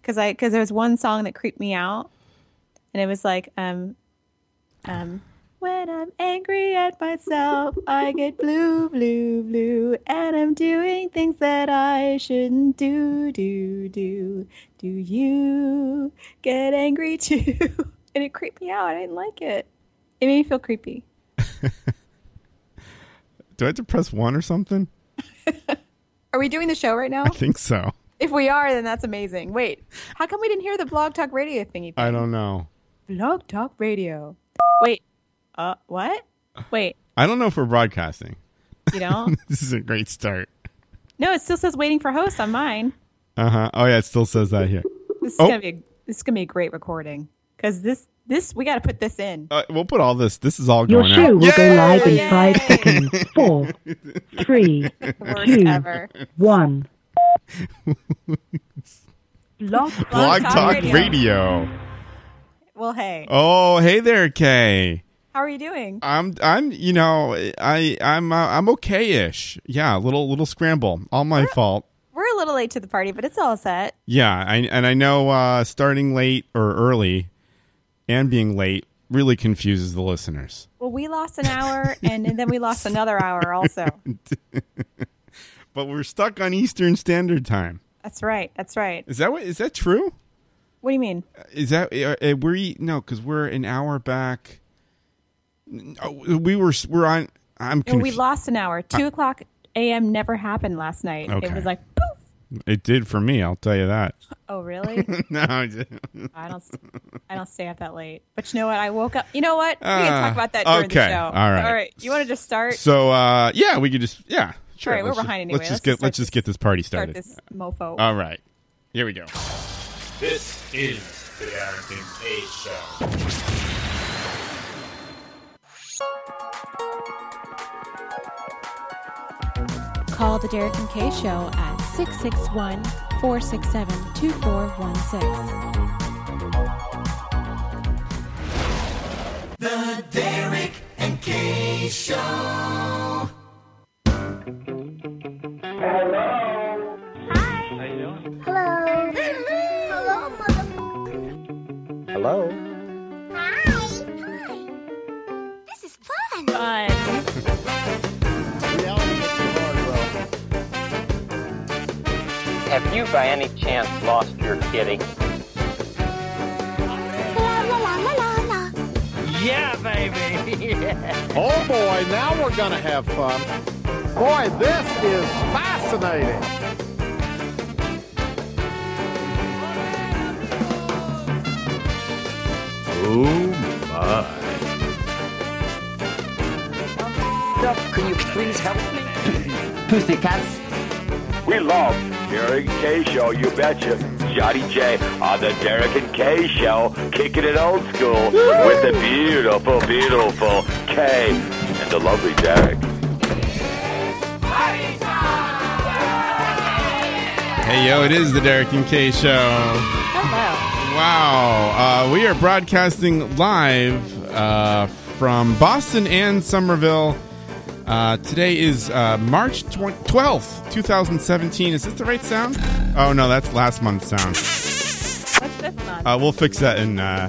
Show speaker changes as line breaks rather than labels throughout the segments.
because I because there was one song that creeped me out, and it was like um um when I'm angry at myself, I get blue, blue, blue, and I'm doing things that I shouldn't do, do, do. Do you get angry too? and it creeped me out. I didn't like it. It made me feel creepy.
Do I have to press one or something?
Are we doing the show right now?
I think so.
If we are, then that's amazing. Wait, how come we didn't hear the Blog Talk Radio thingy?
I don't know.
Blog Talk Radio. Wait, uh, what? Wait,
I don't know if we're broadcasting.
you don't?
This is a great start.
no, it still says waiting for host on mine.
Uh huh. Oh yeah, it still says that here.
This is
Oh.
gonna be a, this is gonna be a great recording because this this we got to put this in.
Uh, we'll put all this. This is all
Your
going
show
out.
will go live in
Yay!
five seconds. Four, three,
The worst
Dude.
ever.
one. Blog Talk
Blog Talk Radio.
Well, hey,
Oh, hey there, Kay.
how are you doing?
I'm I'm you know I I'm uh, I'm okay-ish. Yeah, a little little scramble. All my fault.
We're a little late to the party, but it's all set.
Yeah, I, and I know uh, starting late or early and being late really confuses the listeners.
Well, we lost an hour, and, and then we lost another hour. Also,
But we're stuck on Eastern Standard Time.
that's right. That's right.
Is that what is that true?
What do you mean?
Is that uh, uh, we're e- no because we're an hour back. N- oh, We were s- we're on. I'm
No,
confused.
we lost an hour. Two o'clock a.m. never happened last night. It
Okay.
was like, poof.
it did for me. I'll tell you that.
Oh, really?
no, I didn't.
I don't. I don't stay up that late. But you know what? I woke up. You know what? We can
Ah,
talk about that during the
okay.
show.
All right.
All right. You want to just start?
so uh, yeah, we could just yeah sure.
All right, we're
let's just-
behind anyway. Let's
Let's just get
just
let's
start
just get this party
start
started. Uh,
this mofo.
All right, here we go.
This is the Arrington Page Show.
Call the Derek and Kay Show at 661 467 2416.
Hello, mother.
Hello?
Hi. Hi. This is fun.
Uh,
Fun.
Have you by any chance lost your kitty?
La la la la la la.
Oh boy, now we're gonna have fun. Boy, this is fascinating.
We love Derek and K Show, you betcha. Johnny J on the Derek and K Show, kicking it old school with the beautiful, beautiful K and the lovely Derek.
Hey yo, it is the Derek and Kay Show.
Hello.
Wow. Uh, we are broadcasting live uh, from Boston and Somerville. Uh, today is uh, March tw- 12th, 2017. Is this the right sound? Oh, no, that's last month's sound.
What's this month?
Uh, we'll fix that and uh,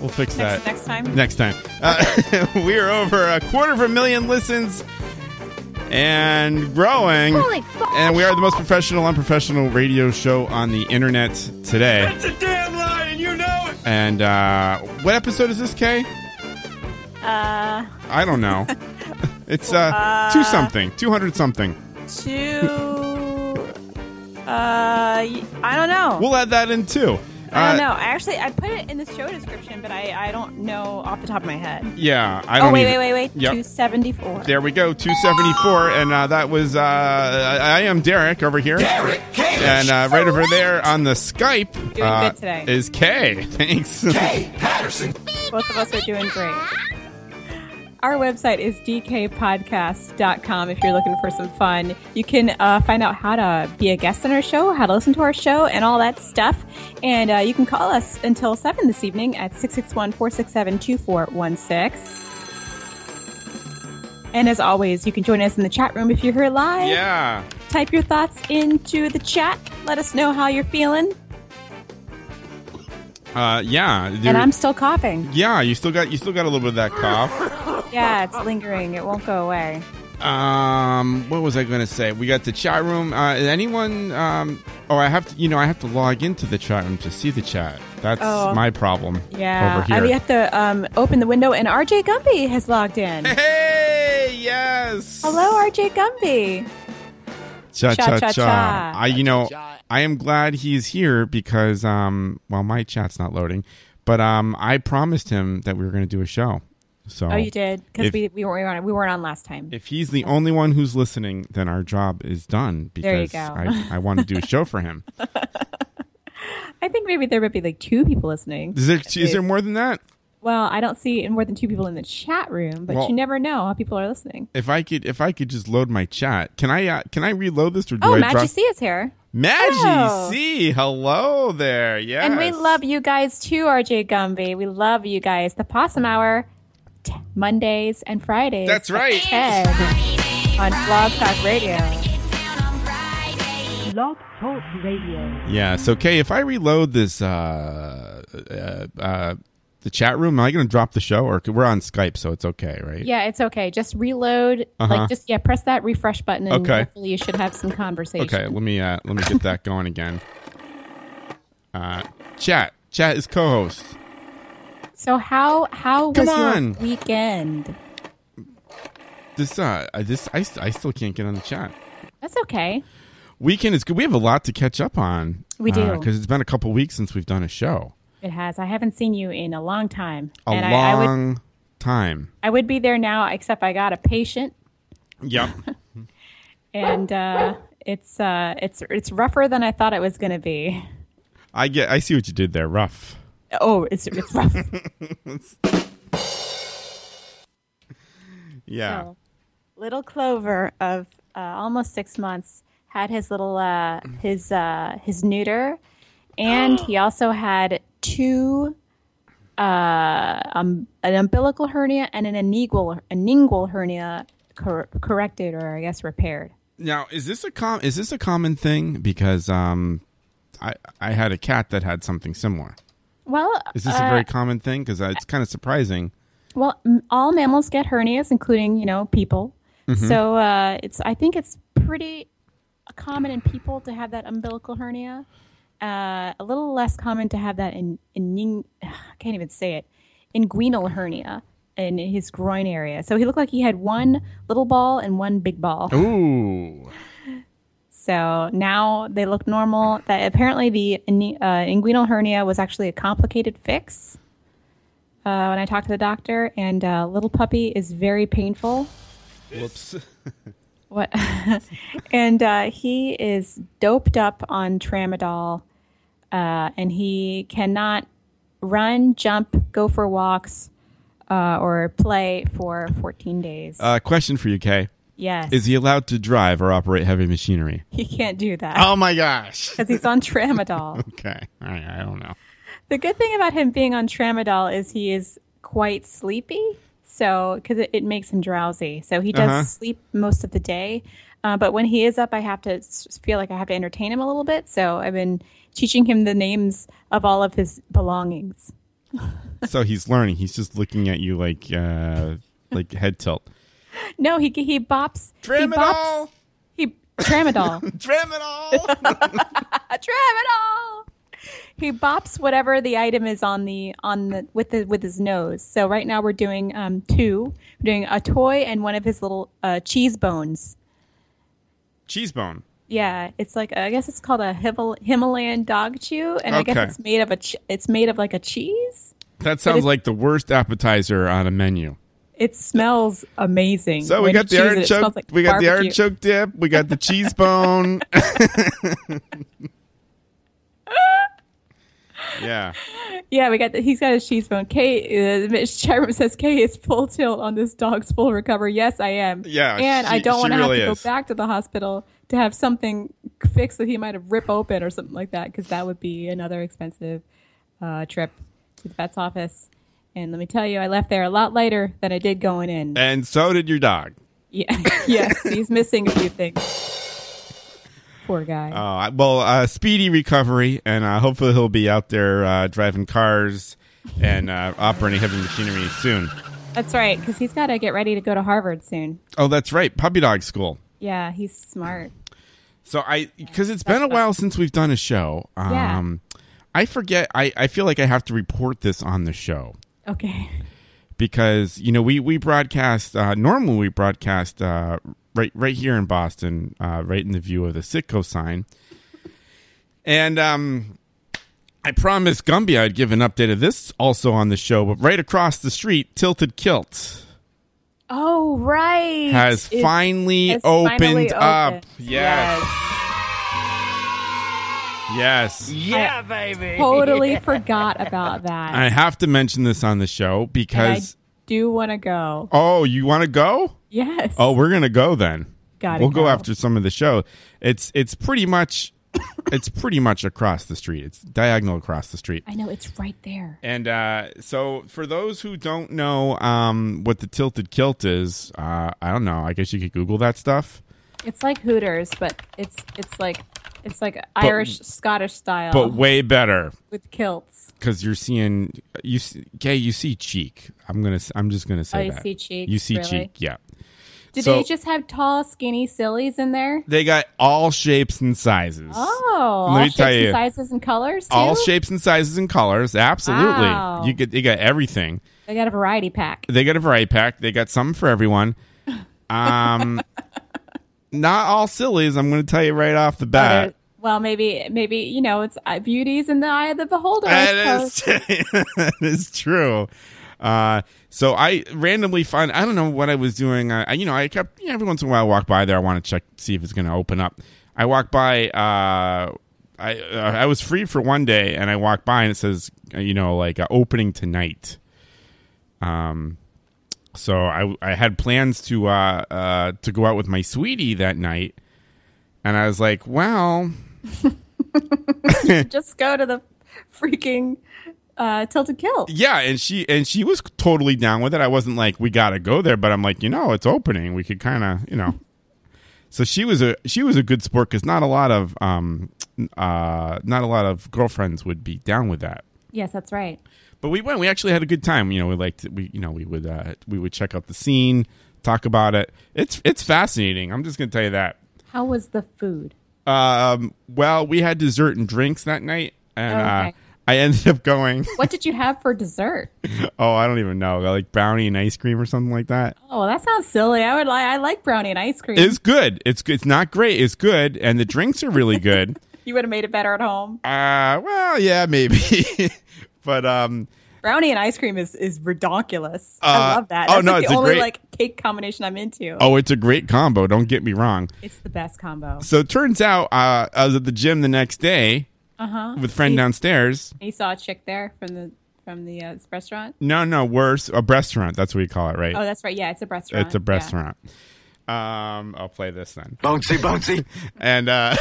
we'll fix
next,
that
next time.
next time. Uh, we are over a quarter of a million listens and growing.
Holy fuck.
And we are the most professional, unprofessional radio show on the internet today. That's a damn lie, and you know it. And uh, what episode is this, Kay?
Uh,
I don't know. it's uh, two something, two hundred something.
two. Uh, y- I don't know.
We'll add that in too.
I don't
Uh,
know. I actually I put it in the show description, but I I don't know off the top of my head.
Yeah, I don't.
Oh wait,
even-
wait, wait, wait.
Yep.
Two seventy four.
There we go, 274, and uh, that was uh, I, I am Derek over here, Derek and uh, right over there on the Skype
Doing
uh,
good today.
is Kay. Thanks.
Both of us are doing great. Our website is dkpodcast.com if you're looking for some fun. You can uh, find out how to be a guest on our show, how to listen to our show, and all that stuff. And uh, you can call us until 7 this evening at 661 467 2416. And as always, you can join us in the chat room if you're here live.
yeah,
Type your thoughts into the chat. Let us know how you're feeling.
Uh, yeah,
and
there-
I'm still coughing.
yeah. You still got you still got a little bit of that cough.
Yeah, it's lingering. It won't go away.
Um, what was I going to say? We got the chat room. Uh, anyone? Um, oh, I have to. You know, I have to log into the chat room to see the chat. That's
Oh.
my problem.
Yeah,
over here.
I have to um, open the window, and RJ Gumpy has logged in.
Hey, yes.
Hello, RJ Gumpy.
Cha cha cha.
Cha-cha-cha.
I you know I am glad he's here because um well my chat's not loading, but um I promised him that we were going to do a show. So
Oh, you did because
If-
we, we weren't on, we weren't on last time.
If he's the only one who's listening, then our job is done because
There you go.
I, I want to do a show for him.
I think maybe there would be like two people listening.
Is there is there more than that?
Well, I don't see more than two people in the chat room, but
Well-
you never know how people are listening.
If I could if I could just load my chat, can I uh, can I reload this or do
Oh,
I
Maggie
drop?
C is here,
Maggie
Hello.
C, hello there, yes,
and we love you guys too, RJ Gumby. We love you guys. The Possum Hour, t- Mondays and Fridays.
That's
at
right.
10 on Blog Talk Radio.
Blog Talk Radio.
Yeah. So, Kay, if I reload this, uh, uh, uh, the chat room, am I going to drop the show? Or we're on Skype, so it's okay, right?
Yeah, it's okay. Just reload.
Uh-huh.
Like, just yeah, press that refresh button, and
Okay.
hopefully you should have some conversation.
Okay. Let me uh, let me get that going again. Uh, chat. Chat is co-host.
So how how
Come
was
on.
your weekend?
This uh, I- this I, st- I still can't get on the chat.
That's okay.
Weekend is good. We have a lot to catch up on.
We do.
because it's been a couple weeks since we've done a show.
It has. I haven't seen you in a long time,
A
and I, I would
long time.
I would be there now, except I got a patient,
Yep.
and uh, it's uh, it's it's rougher than I thought it was going to be.
I get. I see what you did there. Rough.
Oh, it's it's rough.
Yeah.
So, little Clover of uh, almost six months had his little uh, his uh, his neuter, and he also had two uh, um, an umbilical hernia and an aningual aningual hernia cor- corrected or I guess repaired.
Now, is this a com- is this a common thing? Because um, I I had a cat that had something similar.
Well,
Is this a
uh,
very common thing? Because it's kind of surprising.
well, m- all mammals get hernias, including you know people. So uh, it's I think it's pretty common in people to have that umbilical hernia. Uh, a little less common to have that in in I can't even say it inguinal hernia in his groin area. So he looked like he had one little ball and one big ball.
Ooh,
So now they look normal. That apparently the ine- uh, inguinal hernia was actually a complicated fix. Uh, when I talked to the doctor, and uh, little puppy is very painful.
whoops!
What? and uh, he is doped up on tramadol, uh, and he cannot run, jump, go for walks, uh, or play for 14 days.
Uh, question for you, Kay:
yes,
Is he allowed to drive or operate heavy machinery?
he can't do that
Oh my gosh!
because he's on tramadol.
Okay, All right, I don't know.
The good thing about him being on tramadol is he is quite sleepy. So, because it, it makes him drowsy. So, he does
Uh-huh.
sleep most of the day. Uh, but when he is up, I have to s- feel like I have to entertain him a little bit. So, I've been teaching him the names of all of his belongings.
So he's learning. He's just looking at you like uh, like head tilt.
No, he he bops. he bops.
Tramadol,
He tramadol.
tramadol.
a tramadol. He bops whatever the item is on the on the with the with his nose. So right now we're doing um two. We're doing a toy and one of his little uh, cheese bones.
Cheese bone.
Yeah, it's like I guess it's called a Himal- Himalayan dog chew, and I
Okay.
guess it's made of a ch- it's made of like a cheese.
That sounds
is-
like the worst appetizer on a menu.
It smells amazing.
So we
When
got
you cheese
the
it, it
artichoke.
smells like
we got the
barbecue.
artichoke dip. We got the cheese bone. yeah.
Yeah, we got the, he's got his cheese bone. Kay, uh, Mitch Chairman says Kay is full tilt on this dog's full recovery. Yes, I am.
Yeah,
and I
she-
don't
she
want to
really
have to
is.
go back to the hospital to have something fixed that he might have rip open or something like that because that would be another expensive uh, trip to the vet's office. And let me tell you, I left there a lot later than I did going
Eh.
in.
And so did your dog.
Yeah, yes, he's missing a few things.
Poor guy.
Oh, I- well, uh, speedy recovery, and uh, hopefully he'll be out there uh, driving cars and uh, operating heavy machinery soon.
That's right, because he's got to get ready to go to Harvard soon.
Oh, that's right, puppy dog school.
Yeah, he's smart.
So I, because it's been a while since we've done a show.
Yeah.
Um, I forget. I, I feel like I have to report this on the show
Okay.
because you know we we broadcast uh, normally we broadcast uh, right right here in Boston, uh, right in the view of the Sitco sign, and um, I promised Gumby I'd give an update of this also on the show, but right across the street, Tilted Kilt
Oh, right.
has
It-
finally
it's
opened
finally
up.
open.
Yes, yes.
Yeah, baby.
Totally forgot about that.
I have to mention this on the show
And I
because
do want to go.
oh, you want to go?
Yes.
Oh, we're gonna go then.
Gotta
we'll go.
go.
after some of the show. It's it's pretty much it's pretty much across the street. It's diagonal across the street.
I know it's right there.
And uh, so for those who don't know um, what the tilted kilt is, uh, I don't know. I guess you could Google that stuff.
It's like Hooters, but it's it's like it's like Irish Scottish style
But way better
with kilts.
because you're seeing you see, gay. You see cheek. I'm gonna. s- I'm just gonna say
Oh, you
that.
see cheek,
You see
really?
cheek. Yeah.
Did
So-
they just have tall, skinny sillies in there?
They got all shapes and sizes.
Oh,
Let
all
me
shapes
tell
and
you.
sizes and colors. Too?
all shapes and sizes and colors. Absolutely,
Wow.
you get you got everything.
They got a variety pack.
They got a variety pack. They got something for everyone. Um, not all sillies. I'm going to tell you right off the bat.
Other- well, maybe maybe you know it's uh, beauties in the eye of the beholder. I
That
suppose.
is, that is true. Uh, so I randomly find I don't know what I was doing. I, I- you know I kept you know, every once in a while I walk by there. I want to check see if it's going to open up. I walk by. Uh, I uh, I was free for one day, and I walk by and it says uh, you know like uh, opening tonight. Um, so I I had plans to uh, uh to go out with my sweetie that night, and I was like, well,
Just go to the freaking uh, tilted kilt.
yeah and she and she was totally down with it i wasn't like we gotta go there but i'm like you know it's opening we could kind of you know so she was a she was a good sport because not a lot of um uh not a lot of girlfriends would be down with that
Yes, that's right.
but we went we actually had a good time you know we liked we you know we would uh we would check out the scene talk about it it's it's fascinating i'm just gonna tell you that
How was the food?
um well we had dessert and drinks that night and uh
Okay.
i ended up going
What did you have for dessert?
oh i don't even know like brownie and ice cream or something like that
Oh, well, that sounds silly. I would like I like brownie and ice cream.
It's good. It's good. It's not great. It's good, and the drinks are really good.
you would have made it better at home.
Uh well, yeah, maybe, but um,
Brownie and ice cream is is redonkulous. I
Uh,
love that.
oh,
That's
no,
like
it's
the
a
only
great-
like cake combination I'm into.
oh, it's a great combo. Don't get me wrong.
It's the best combo.
So it turns out, uh, I was at the gym the next day
Uh huh.
with a friend downstairs.
You saw a chick there from the from the uh, restaurant.
No, no, worse, a restaurant. That's what you call it, right?
Oh, that's right. Yeah, it's a restaurant.
it's a
Yeah.
restaurant. Um, I'll play this then.
Bouncy, bouncy.
And uh,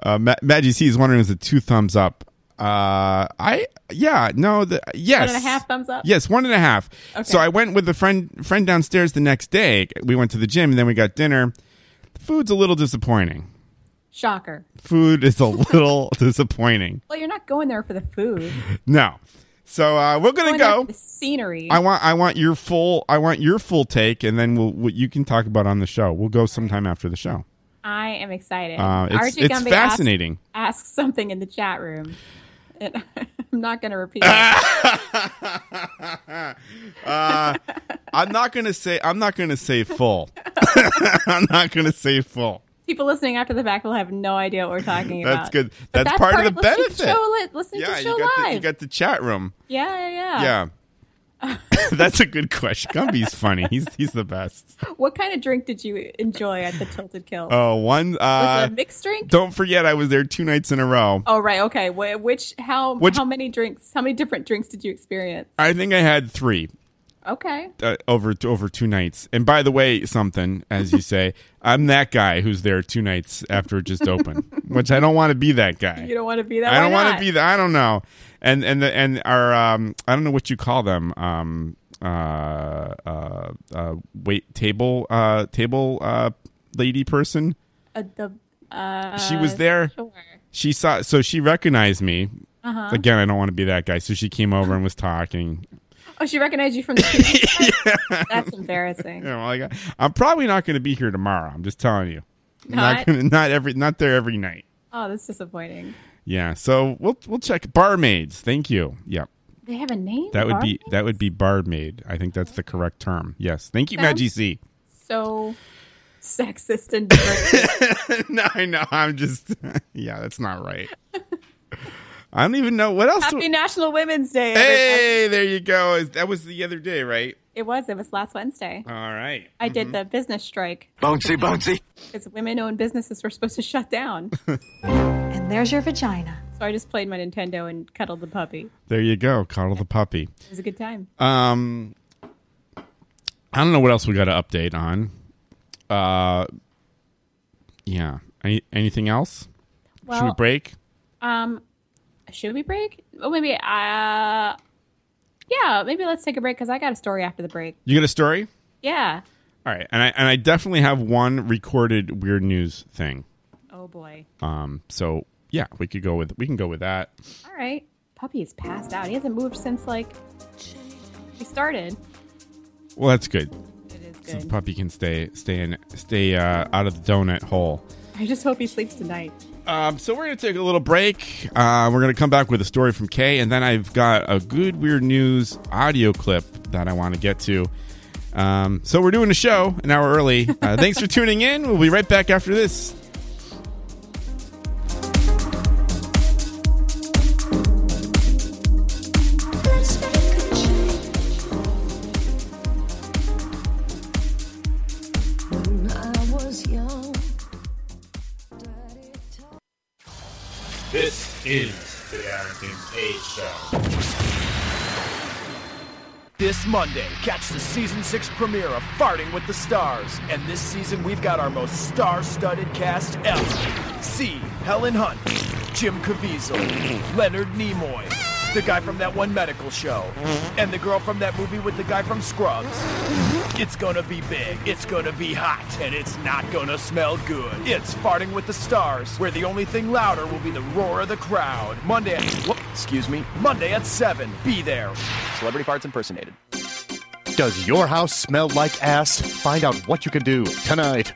uh, Ma- Maggie C is wondering: is it two thumbs up? Uh, I yeah, no, the yes,
One and a half thumbs up.
Yes, one and a half. So I went with a friend friend downstairs the next day. We went to the gym and then we got dinner. The food's a little disappointing.
Shocker.
Food is a little disappointing.
Well, you're not going there for the food.
No. So uh, we're gonna
Going there
go.
for the scenery.
I want I want your full I want your full take and then we'll what you can talk about on the show. We'll go sometime after the show.
I am excited.
Uh, it's
RJ
it's
Gumby
fascinating.
Asked, asked something in the chat room. And I'm not going to repeat
Ah!
it.
I'm not gonna say I'm not gonna say full. I'm not gonna say full.
People listening after the fact will have no idea what we're talking about.
That's good.
But
That's, part, of the
listening to
benefit.
Show, li- listening
yeah,
to
you
show
got the, you
live.
got the chat room.
yeah, yeah, yeah.
Yeah. That's a good question. Gumby's funny. He's he's the best.
What kind of drink did you enjoy at the Tilted Kill?
Oh, one.
Was
Uh,
it a mixed drink?
don't forget, I was there two nights in a row.
Oh right, okay. Wh- Which how
Which-
how many drinks? How many different drinks did you experience?
I think I had three
Okay,
uh, over over two nights. And by the way, something as you say, I'm that guy who's there two nights after it just opened, which I don't want to be that guy.
you don't want to be that.
I don't
want
want to be that. I don't know. And and the, and our um, I don't know what you call them. Um, uh, uh, uh, wait, table, uh, table, uh, lady person.
the Uh,
She was there.
Sure.
She saw, so she recognized me.
Uh-huh.
Again, I don't want to be that guy. So she came over and was talking.
Oh, she recognized you from the.
That's embarrassing.
You know, like, I'm probably not going to be here tomorrow. I'm just telling you. Not
Not?
gonna, not every not there every night.
oh, that's disappointing.
Yeah. So we'll we'll check barmaids. Thank you. Yeah.
They have a name.
That would be
Barney?
that would be barmaid. I think that's the correct term. Yes. Thank you,
Sounds-
Maggie C.
so sexist and diverse.
no, I know. I'm just yeah, that's not right. I don't even know what else. do-
Happy National Women's Day. everybody.
hey, there you go. Is- That was the other day, right?
It was. It was last Wednesday.
All right.
I did the business strike
Bouncy, bouncy.
because women-owned businesses were supposed to shut down.
And there's your vagina.
So I just played my Nintendo and cuddled the puppy.
There you go. Coddle the puppy.
It was a good time.
Um, I don't know what else we got to update on. Uh, yeah. Any, anything else? Should we
well,
break?
um, should we break? Oh, maybe. Uh, yeah, maybe let's take a break because I got a story after the break.
You got a story?
Yeah.
All right, and I and I definitely have one recorded weird news thing.
Oh boy.
Um, so yeah, we could go with we can go with that.
All right. Puppy is passed out. He hasn't moved since like he started.
Well, that's good.
It is
So the
good.
puppy can stay stay in stay uh, out of the donut hole.
I just hope he sleeps tonight.
Um, so we're gonna take a little break. Uh, we're gonna come back with a story from Kay, and then I've got a good weird news audio clip that I want to get to. Um, so we're doing a show an hour early. Uh, thanks for tuning in. We'll be right back after this.
Let's make a change. When I was young,
This is the Arrington K Show.
This Monday, catch the season six premiere of Farting with the Stars. And this season, we've got our most star studded cast ever. See Helen Hunt, Jim Caviezel, Leonard Nimoy, the guy from that one medical show, and the girl from that movie with the guy from Scrubs. It's gonna be big, it's gonna be hot, and it's not gonna smell good. It's Farting with the Stars, where the only thing louder will be the roar of the crowd. Monday at, whoop, excuse me, Monday at 7. Be there. Celebrity farts impersonated.
Does your house smell like ass? Find out what you can do tonight.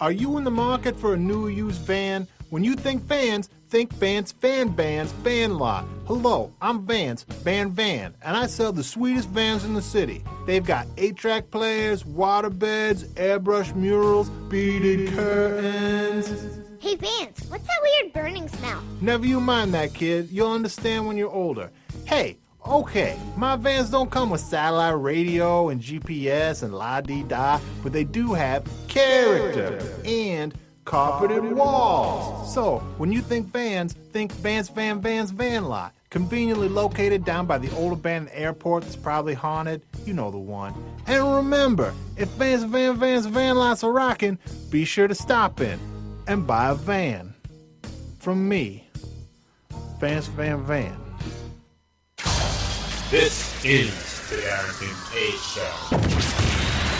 Are you in the market for a new used van? When you think fans, think Vance Fan Bands Van Lot. Hello, I'm Vance Van Van, and I sell the sweetest vans in the city. They've got 8 track players, water beds, airbrush murals, beaded curtains.
Hey Vance, what's that weird burning smell?
Never you mind that, kid. You'll understand when you're older. Hey, okay, my vans don't come with satellite radio and GPS and la di da, but they do have character and carpeted walls. So, when you think vans, think Vans Van Vans Van Lot. Conveniently located down by the old abandoned airport that's probably haunted. You know the one. And remember, if Vans Van Vans Van Lots are rocking, be sure to stop in and buy a van from me, Vance Van Van.
This is the Arrington K Show.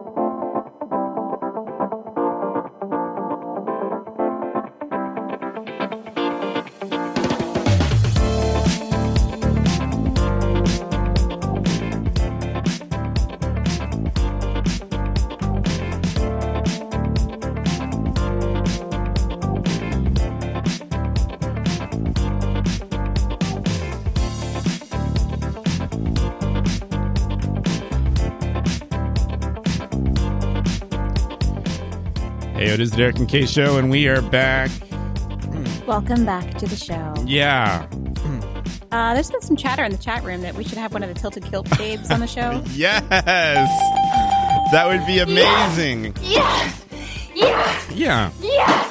Hey, it is The Derek and Kay Show, and we are back.
Welcome back to the show.
Yeah.
Uh, there's been some chatter in the chat room that we should have one of the Tilted Kilt babes on the show.
Yes. That would be amazing.
Yes! Yes!
Yeah.
Yes!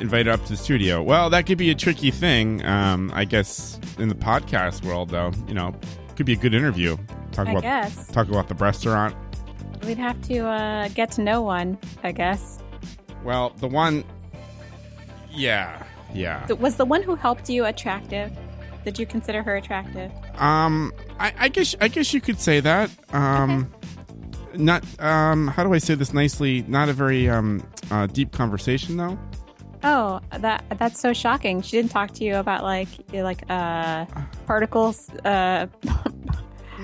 invite her up to the studio. Well, that could be a tricky thing, um, I guess, in the podcast world, though. You know, could be a good interview. Talk
I
about
guess.
talk about the restaurant.
We'd have to uh, get to know one, I guess.
Well, the one, yeah, yeah.
Th- Was the one who helped you attractive? Did you consider her attractive?
Um, I, I guess I guess you could say that. Um, not um, how do I say this nicely? Not a very um uh, deep conversation though.
Oh, that that's so shocking. She didn't talk to you about like your, like uh particles uh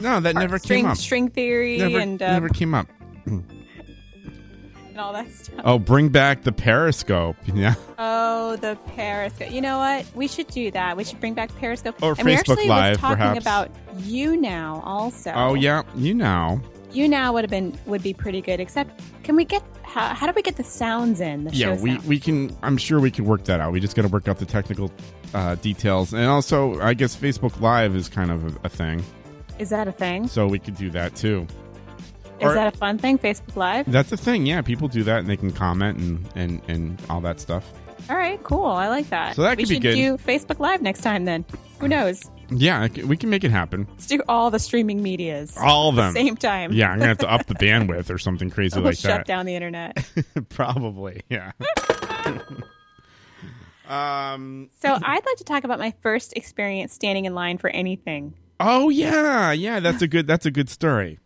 No, that
Or
never
string-
came up.
string theory
never,
and, uh,
never came up.
and all that stuff.
Oh, bring back the periscope. Yeah.
Oh, the Periscope. You know what? We should do that. We should bring back Periscope.
Or
and we
Facebook
actually
Live,
was talking
perhaps.
about you now also.
Oh yeah, you know.
You now would have been would be pretty good. Except, can we get how, how do we get the sounds in? The
yeah,
show
we,
sound?
we can. I'm sure we can work that out. We just got to work out the technical uh, details, and also I guess Facebook Live is kind of a, a thing,
is that a thing?
so we could do that too.
Is
or-
that a fun thing? Facebook Live.
That's a thing. Yeah, people do that, and they can comment and and and all that stuff.
All right, cool. I like that.
So that
we
could be
should
good.
do Facebook Live next time then. Who knows?
Yeah, I c- we can make it happen.
Let's do all the streaming medias.
All of
at the
them.
same time.
Yeah, I'm gonna have to up the bandwidth or something crazy
We'll
like
shut
that.
down the internet.
Probably. Yeah. um.
So I'd like to talk about my first experience standing in line for anything.
Oh yeah, yeah. That's a good. That's a good story.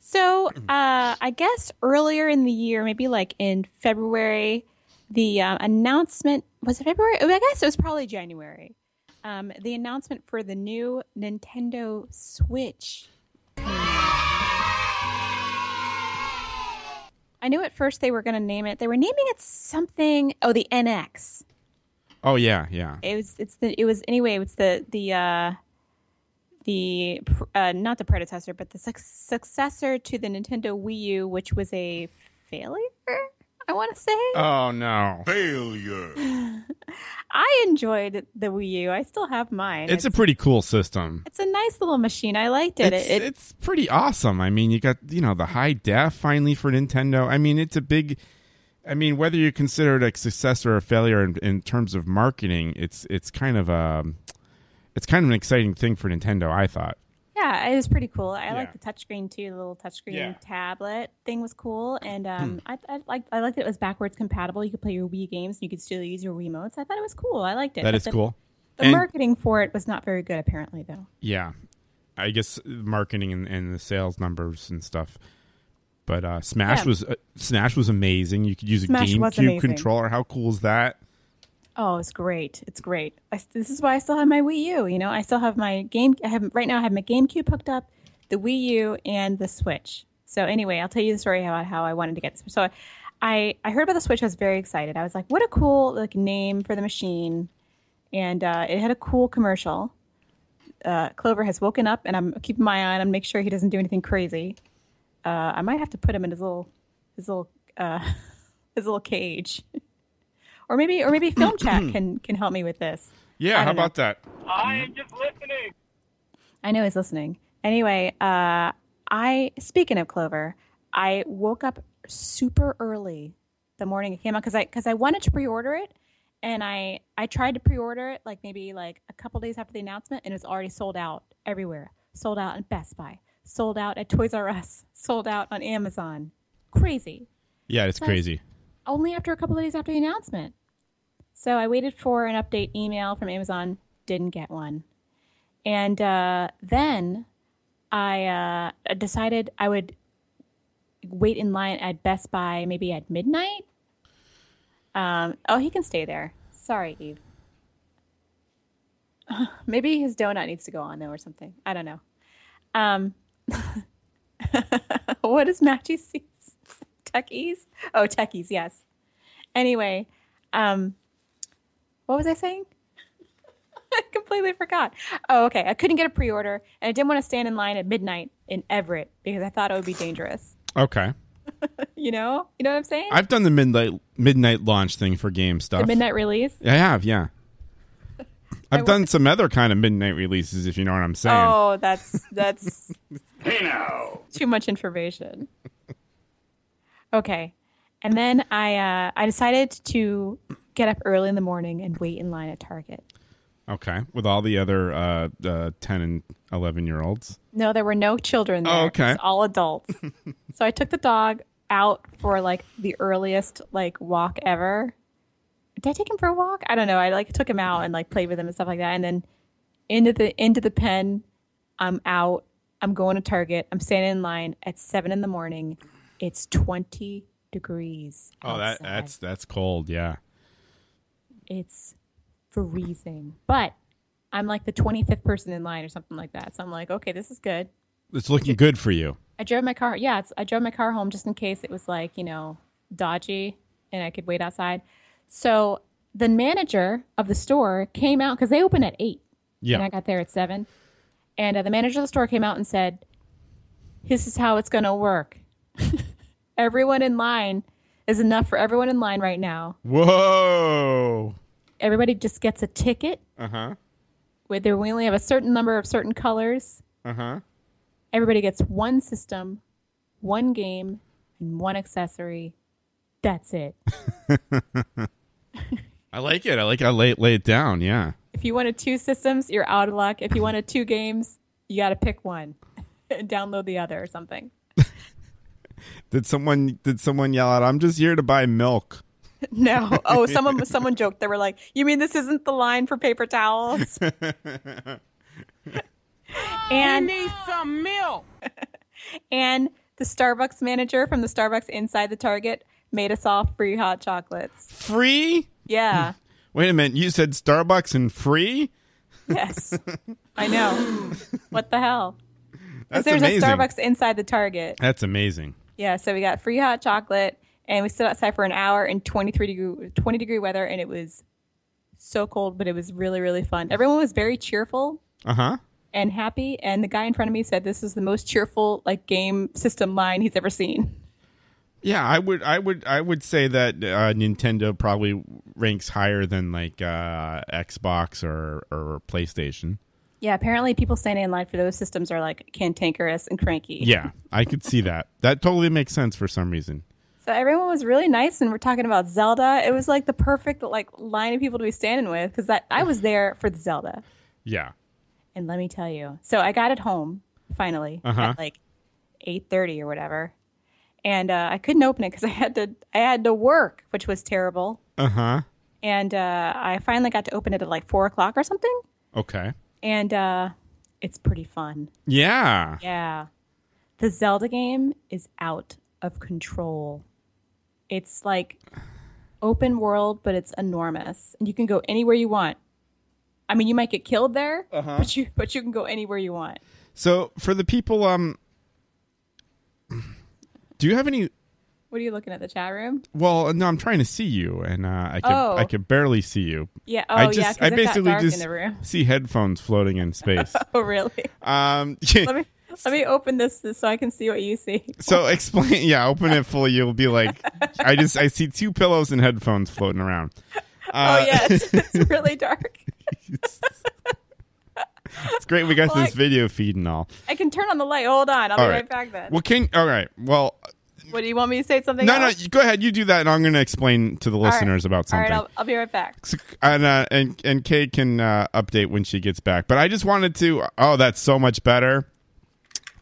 So uh, I guess earlier in the year, maybe like in February, the uh, announcement was it February? Oh, I guess it was probably January. Um, the announcement for the new Nintendo Switch. I knew at first they were going to name it. They were naming it something. Oh, the NX.
Oh yeah, yeah.
It was. It's the. It was anyway. It's the the uh, the pr- uh, not the predecessor, but the suc successor to the Nintendo Wii U, which was a failure. I want to say.
Oh no. Failure.
I enjoyed the Wii U. I still have mine.
It's a pretty cool system.
It's a nice little machine. I liked it.
It's-
it, it
It's pretty awesome. I mean, you got you know the high def finally for Nintendo. I mean, it's a big. I mean, whether you consider it a success or a failure in, in terms of marketing, it's it's kind of a it's kind of an exciting thing for Nintendo. I thought.
yeah, it was pretty cool. I
Yeah.
like the touchscreen too. The little touchscreen
Yeah.
tablet thing was cool, and
Hmm.
um, I I liked I liked that it was backwards compatible. You could play your Wii games, and you could still use your Wiimotes. I thought it was cool. I liked it.
That
But
is
the-
cool.
The
And-
marketing for it was not very good, apparently, though.
Yeah, I guess marketing and, and the sales numbers and stuff. But uh, Smash
Yeah.
was uh, Smash was amazing. You could use a
Smash was
GameCube
amazing.
controller. How cool is that?
Oh, it's great! It's great. I, this is why I still have my Wii U. You know, I still have my game. I have right now. I have my GameCube hooked up, the Wii U, and the Switch. So anyway, I'll tell you the story about how I wanted to get this. So, I I heard about the Switch. I was very excited. I was like, what a cool like name for the machine, and uh, it had a cool commercial. Uh, Clover has woken up, and I'm keeping my eye on him, make sure he doesn't do anything crazy. Uh, I might have to put him in his little his little uh, his little cage or maybe or maybe film chat can can help me with this
Yeah,
I
how
don't know.
about that?
i know he's listening anyway uh i speaking of clover i woke up super early the morning it came out because i because i wanted to pre-order it and i i tried to pre-order it like maybe like a couple days after the announcement and it's already sold out everywhere sold out at best buy sold out at toys r us sold out on amazon crazy
Yeah, it's
But-
crazy.
only after a couple of days after the announcement. So I waited for an update email from Amazon, didn't get one. And uh, then I uh, decided I would wait in line at Best Buy maybe at midnight. Um, oh, he can stay there. Sorry, Eve. maybe his donut needs to go on, though, or something. I don't know. Um, what is Matchy see? Techies? Oh, Techies, yes. Anyway, um, what was I saying? I completely forgot. Oh, okay. I couldn't get a pre order, and I didn't want to stand in line at midnight in Everett because I thought it would be dangerous.
Okay,
you know? You know what I'm saying?
I've done the midnight midnight launch thing for game
the
stuff.
midnight release.
I have, yeah. I've done some other kind of midnight releases, if you know what I'm saying.
Oh, that's that's too much information. Okay. And then I uh, I decided to get up early in the morning and wait in line at Target.
Okay, with all the other uh, uh, ten and eleven year olds.
No, there were no children there.
Oh, okay.
It's all adults. so I took the dog out for like the earliest like walk ever. Did I take him for a walk? I don't know. I like took him out and like played with him and stuff like that. And then into the into the pen, I'm out. I'm going to Target. I'm standing in line at seven in the morning. It's twenty degrees.
Oh, that
outside.
that's that's cold. Yeah.
it's freezing. But I'm like the 25th person in line or something like that. So I'm like, okay, this is good.
It's looking good for you.
I drove my car. Yeah, it's, I drove my car home just in case it was like, you know, dodgy and I could wait outside. So the manager of the store came out because they open at eight.
Yeah.
And I got there at seven. And uh, the manager of the store came out and said, this is how it's going to work. everyone in line is enough for everyone in line right now.
Whoa.
Everybody just gets a ticket.
Uh huh.
Where there we only have a certain number of certain colors.
Uh huh.
Everybody gets one system, one game, and one accessory. That's it.
I like it. I like I lay lay it down. Yeah.
if you wanted two systems, you're out of luck. If you wanted two games, you got to pick one and download the other or something.
Did someone did someone yell out? I'm just here to buy milk.
No. Oh, someone someone joked. They were like, "You mean this isn't the line for paper towels?" and
need some milk.
and the Starbucks manager from the Starbucks inside the Target made us all free hot chocolates.
Free?
Yeah.
Wait a minute. You said Starbucks and free?
Yes. I know. What the hell? 'Cause
That's
there's
amazing.
a Starbucks inside the Target.
That's amazing.
Yeah, so we got free hot chocolate and we stood outside for an hour in 23 degree 20 degree weather and it was so cold, but it was really really fun. Everyone was very cheerful
Uh huh.
and happy and the guy in front of me said this is the most cheerful like game system line he's ever seen.
Yeah, I would, I would, I would say that uh, Nintendo probably ranks higher than like uh, Xbox or or PlayStation.
Yeah, apparently people standing in line for those systems are like cantankerous and cranky.
Yeah, I could see that. That totally makes sense for some reason.
So everyone was really nice, and we're talking about Zelda. It was like the perfect like line of people to be standing with because that I was there for the Zelda.
Yeah.
And let me tell you, so I got it home finally
Uh-huh.
at like eight thirty or whatever, and uh, I couldn't open it because I had to I had to work, which was terrible.
Uh huh.
And uh, I finally got to open it at like four o'clock or something,
Okay.
and uh, it's pretty fun.
Yeah.
Yeah. The Zelda game is out of control. It's like open world, but it's enormous. And you can go anywhere you want. I mean, you might get killed there,
Uh-huh.
but you but you can go anywhere you want.
So for the people, um, do you have any?
What are you looking at the chat room?
Well, no, I'm trying to see you, and uh, I could,
Oh.
I could barely see you.
Yeah,
I
oh,
just,
yeah, 'cause
I
it got
basically
dark in
just
the room.
see headphones floating in space.
Oh, really?
um,
Let me let me open this so I can see what you see.
So explain, yeah, open it fully. You'll be like, I just I see two pillows and headphones floating around. Uh,
oh yes, it's really dark.
it's great. We got
Well,
this
I-
video feed and all.
I can turn on the light. Hold on, I'll
all
be right back then.
Well, can all right. Well,
What do you want me to say? Something?
no, no.
else?
You, go ahead. You do that, and I'm going to explain to the
All right.
listeners about something.
All right, I'll, I'll be right back.
So- and uh, and and Kay can uh, update when she gets back. But I just wanted to. Oh, that's so much better.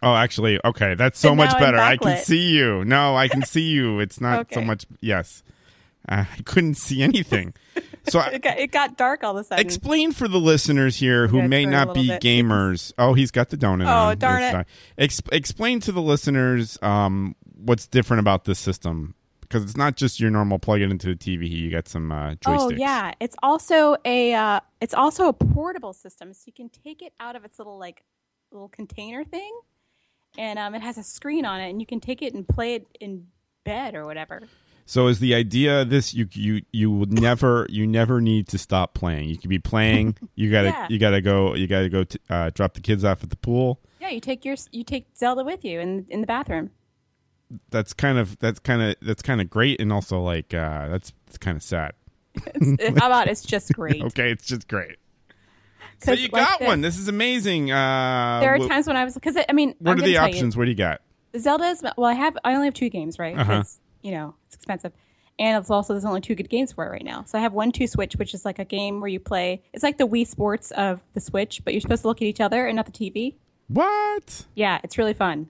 Oh, actually, okay, that's so
And
much
now I'm
better. I can
backlit.
see you. No, I can see you. It's not so
Okay.
much. Yes, uh, I couldn't see anything. So I,
It got, it got dark all of a sudden.
explain for the listeners here who
Okay,
may
sorry, a
not
little
be
bit.
gamers. Oh, he's got the donut.
Oh,
on.
darn
It's
it.
not- Ex- explain to the listeners um, what's different about this system because it's not just your normal plug it into the TV. You got some uh, joysticks.
Oh yeah, it's also a uh, it's also a portable system, so you can take it out of its little like little container thing, and um, it has a screen on it, and you can take it and play it in bed or whatever.
So is the idea this you you you would never you never need to stop playing. You could be playing. You gotta
Yeah.
you gotta go you gotta go t- uh, drop the kids off at the pool.
Yeah, you take your you take Zelda with you in in the bathroom.
That's kind of that's kind of that's kind of great and also like uh, that's, that's kind of sad.
It's- How about it's just great?
Okay, it's just great. So
'Cause,
you
like,
got
there-
one. This is amazing. Uh,
There are
wh-
times when I was because I mean,
What
I'm
are
gonna
the
tell you,
options? what do you got?
Zelda's well, I have I only have two games, right?
Uh-huh.
'Cause, you know, it's expensive. And it's also there's only two good games for it right now. So I have one two switch, which is like a game where you play. It's like the Wii Sports of the Switch, but you're supposed to look at each other and not the TV.
What?
Yeah, it's really fun.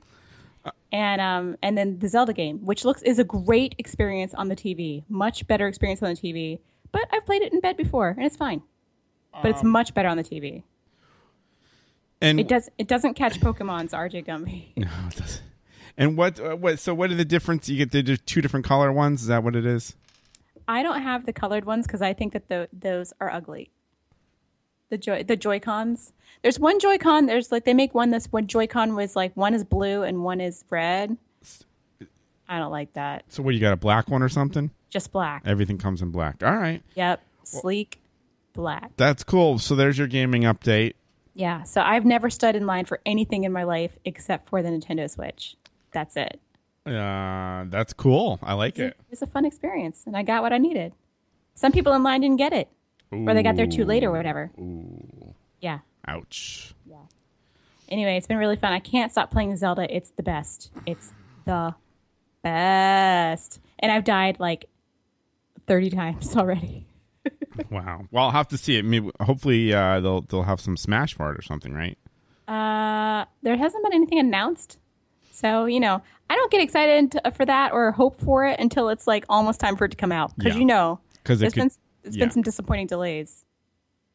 And um and then the Zelda game, which looks is a great experience on the TV, much better experience on the TV. But I've played it in bed before, and it's fine. But it's
Um,
much better on the TV.
And
It does it doesn't catch Pokemon's RJ Gumby.
No, it doesn't. And what? uh, What? So what are the difference? You get the di- two different color ones. Is that what it is?
I don't have the colored ones because I think that tho- those are ugly. The joy the Joy Cons. There's one Joy Con. There's like they make one. This one Joy Con was like one is blue and one is red. I don't like that.
So what? You got a black one or something?
Just black.
Everything comes in black. All right,
Yep. Sleek, black.
that's cool. So there's your gaming update.
Yeah. So I've never stood in line for anything in my life except for the Nintendo Switch. That's it.
Uh, that's cool. I like it.
It was a fun experience, and I got what I needed. Some people in line didn't get it, or they got there too late, or whatever.
Ooh.
Yeah.
Ouch.
Anyway, it's been really fun. I can't stop playing Zelda. It's the best. It's the best. And I've died like 30 times already.
Wow. Well, I'll have to see it. Maybe, hopefully, uh, they'll they'll have some smash for it or something, right?
Uh, there hasn't been anything announced. So, you know, I don't get excited t- for that or hope for it until it's like almost time for it to come out. Because
Yeah.
you know,
'Cause it
there's
could-
been, there's
yeah.
been some disappointing delays.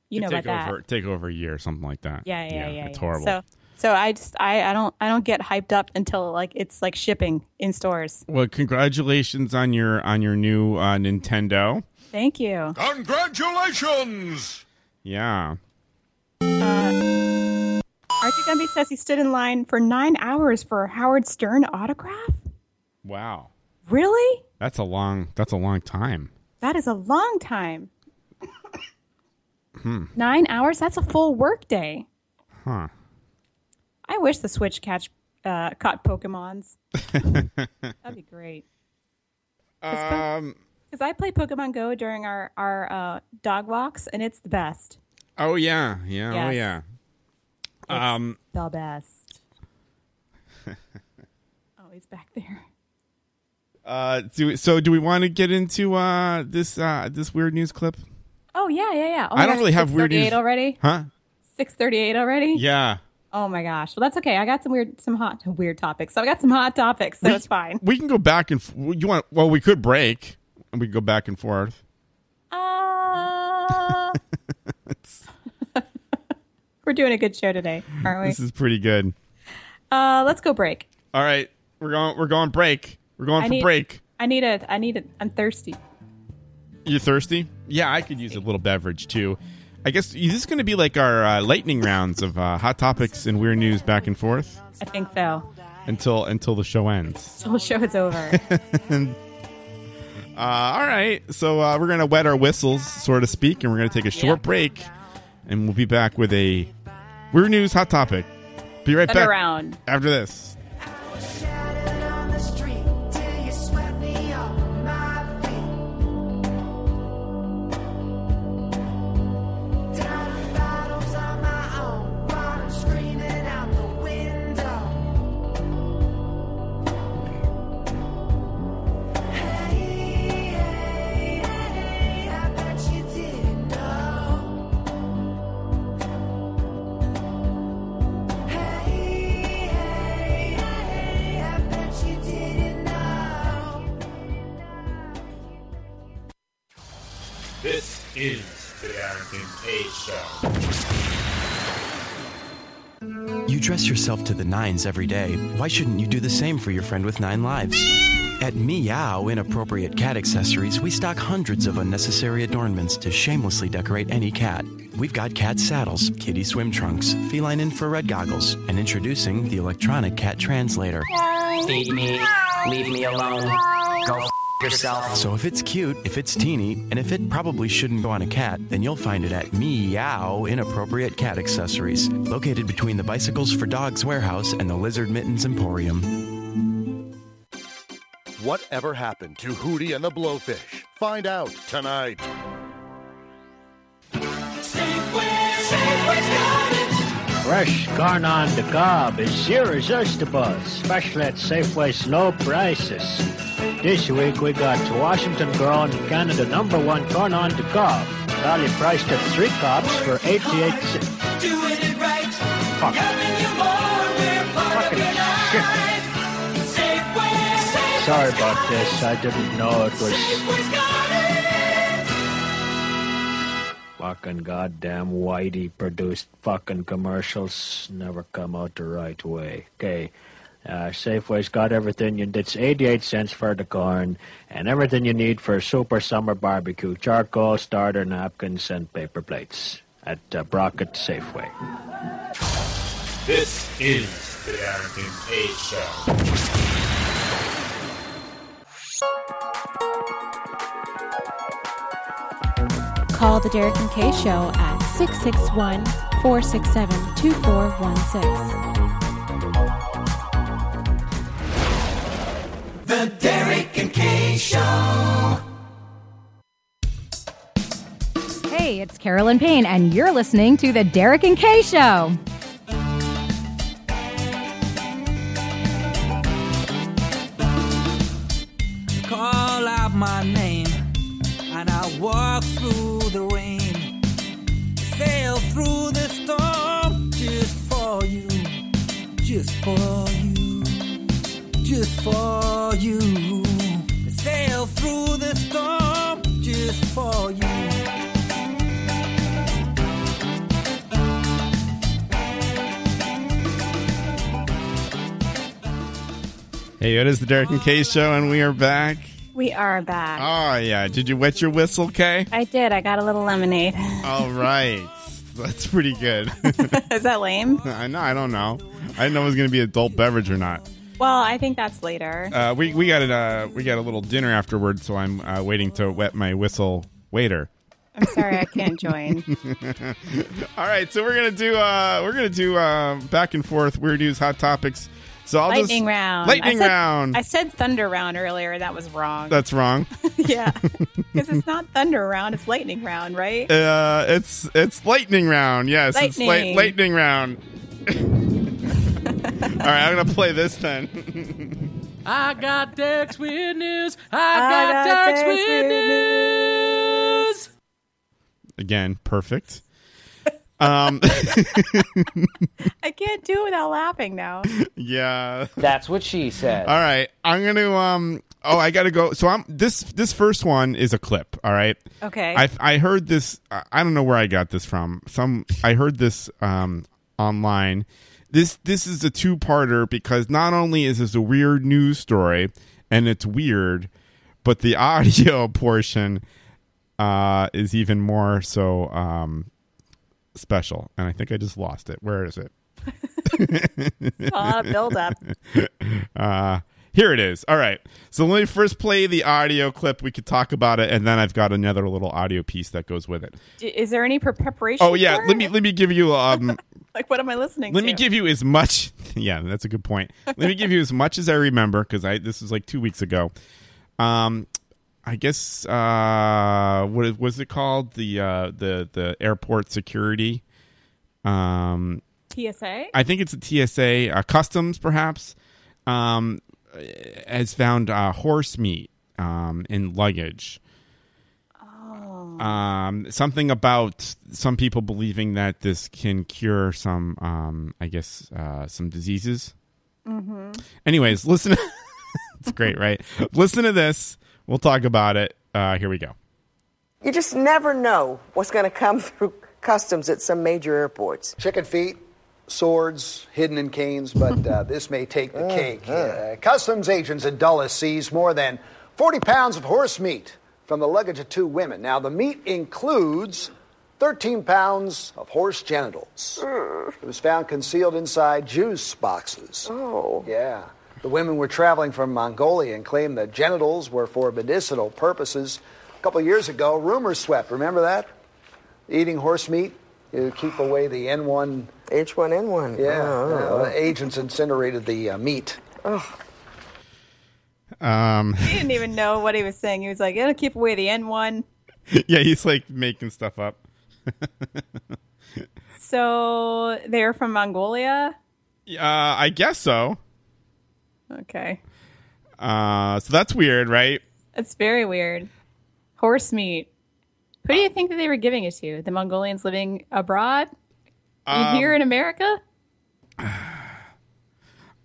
You know
Could take
about that.
over, Take over a year or something like that.
Yeah, yeah, yeah. yeah,
it's horrible.
So, so I just I, I don't I don't get hyped up until like it's like shipping in stores.
Well, congratulations on your on your new uh, Nintendo.
Thank you.
Congratulations!
Yeah.
Archie Gumby says he stood in line for nine hours for a Howard Stern autograph.
Wow.
Really?
That's a long. That's a long time.
That is a long time.
Hmm.
Nine hours? That's a full work day.
Huh.
I wish the Switch catch uh, caught Pokemons. That'd be great.
Um.
Because I play Pokemon Go during our our uh, dog walks, and it's the best.
Oh yeah. Yeah. Oh yeah.
Yes. Oh.
Um.
The best. oh, he's back there.
Uh. Do so. Do we want to get into uh this uh this weird news clip?
Oh yeah, yeah, yeah. Oh,
I
my
don't
gosh,
really have weird news.
6:38 already.
Huh?
Six thirty-eight already.
Yeah.
Oh my gosh. Well, that's okay. I got some weird, some hot, weird topics. So I got some hot topics, so it's fine.
We can go back and f- you want. Well, we could break and we could go back and forth.
Uh, we're doing a good show today, aren't we?
This is pretty good.
uh, let's go break.
All right. We're going. We're going break. We're going
I
for
need-
break.
I need a, I need a, I'm thirsty.
You thirsty? Yeah, I could use a little beverage too. I guess is this is going to be like our uh, lightning rounds of uh, hot topics and weird news back and forth
I think so.
until until the show ends.
So the show is over.
And, uh, all right, so uh, we're going to wet our whistles, so to speak, and we're going to take a short break, and we'll be back with a weird news hot topic. Be right
Turn
back
around.
after this.
on the street till you sweat me off my feet. Down in bottles on my own while I'm screaming out the window. Hey, hey, hey, I bet you didn't know. Hey, hey, hey, I bet you didn't know.
This is the Darrington K Show.
You dress yourself to the nines every day. Why shouldn't you do the same for your friend with nine lives? At Meow Inappropriate Cat Accessories, we stock hundreds of unnecessary adornments to shamelessly decorate any cat. We've got cat saddles, kitty swim trunks, feline infrared goggles, and introducing the electronic cat translator.
Feed me. Leave me alone. Go f- yourself.
So if it's cute, if it's teeny, and if it probably shouldn't go on a cat, then you'll find it at Meow Inappropriate Cat Accessories, located between the Bicycles for Dogs warehouse and the Lizard Mittens Emporium.
Whatever happened to Hootie and the Blowfish? Find out tonight.
Fresh Garnon de Gob is irresistible, especially at Safeway's low prices.
This week we got Washington grown Canada number one corn on the cob, value priced at three cops for 88 cents.
Doing it right.
Fuck.
Loving you more. We're part of your life. Safeway. Safeway's
Sorry about this, I didn't know it was
Safeway's got it.
fucking goddamn whitey produced fucking commercials never come out the right way. Okay. Uh, Safeway's got everything you It's 88 cents for the corn and everything you need for a super summer barbecue charcoal, starter, napkins, and paper plates at uh, Brockett Safeway.
This is the Darrington A Show.
Call the Derek and Kay Show at 661 467 2416.
The Derek and Kay Show.
Hey, it's Carolyn Payne, and you're listening to The Derek and Kay Show.
Call out my name, and I walk through the rain. Sail through the storm just for you, just for you, just for you. Sail through the storm just for you.
Hey, it is the Derek and Kay Show, and we are back.
We are back.
Oh, yeah. Did you wet your whistle, Kay?
I did. I got a little lemonade.
All right. That's pretty good.
Is that lame?
I know. I don't know. I didn't know it was going to be adult beverage or not.
Well, I think that's later.
Uh, we we got it. Uh, we got a little dinner afterward, so I'm uh, waiting to wet my whistle. Waiter.
I'm sorry I can't join.
All right, so we're gonna do uh, we're gonna do uh, back and forth weird news, hot topics. So I'll
lightning
just,
round.
Lightning
I said,
round.
I said thunder round earlier. That was wrong.
That's wrong.
yeah, because it's not thunder round. It's lightning round, right?
Uh, it's it's lightning round. Yes, it's light,
Lightning.
lightning round. All right, I'm gonna play this then.
I got Derek's weird news. I,
got
Ah,
got, Derek's
Derek's
weird news.
Again, perfect. Um,
I can't do it without laughing now.
yeah.
That's what she said.
All right, I'm gonna um. Oh, I gotta go. So I'm this this first one is a clip. All right.
Okay.
I I heard this. I I don't know where I got this from. Some I heard this um online. This this is a two parter because not only is this a weird news story and it's weird, but the audio portion uh is even more so um special. And I think I just lost it. Where is it?
Aw, build up.
Uh, here it is. All right. So let me first play the audio clip. We could talk about it, and then I've got another little audio piece that goes with it.
D- Is there any pre- preparation?
Oh yeah.
for
Let
it?
me let me give you um.
Like, what am I listening
Let
to?
me give you as much. Yeah, that's a good point. Let me give you as much as I remember because I this was like two weeks ago. Um, I guess uh, what was it called? The uh, the the airport security. Um,
TSA?
I think it's the TSA uh, customs, perhaps. Um, has found uh, horse meat um in luggage. Um, something about some people believing that this can cure some, um, I guess, uh, some diseases.
Mm-hmm.
Anyways, listen. it's great, right? listen to this. We'll talk about it. Uh, here we go.
You just never know what's going to come through customs at some major airports.
Chicken feet, swords hidden in canes, but uh, this may take
Uh-huh.
the cake. Uh, customs agents in Dulles seized more than 40 pounds of horse meat from the luggage of two women. Now, the meat includes 13 pounds of horse genitals. It was found concealed inside juice boxes. Oh. Yeah. The women were traveling from Mongolia and claimed the genitals were for medicinal purposes. A couple years ago, rumors swept. Remember that? eating horse meat to keep away the N1. H1N1.
Oh,
Yeah. yeah,
oh, oh.
the agents incinerated the uh, meat.
Um,
He didn't even know what he was saying. He was like, "It'll keep away the N one."
yeah, he's like making stuff up.
So they're from Mongolia.
Uh, I guess so.
Okay.
Uh, so that's weird, right?
That's very weird. Horse meat. Who do you think that they were giving it to? The Mongolians living abroad?
Um,
here in America?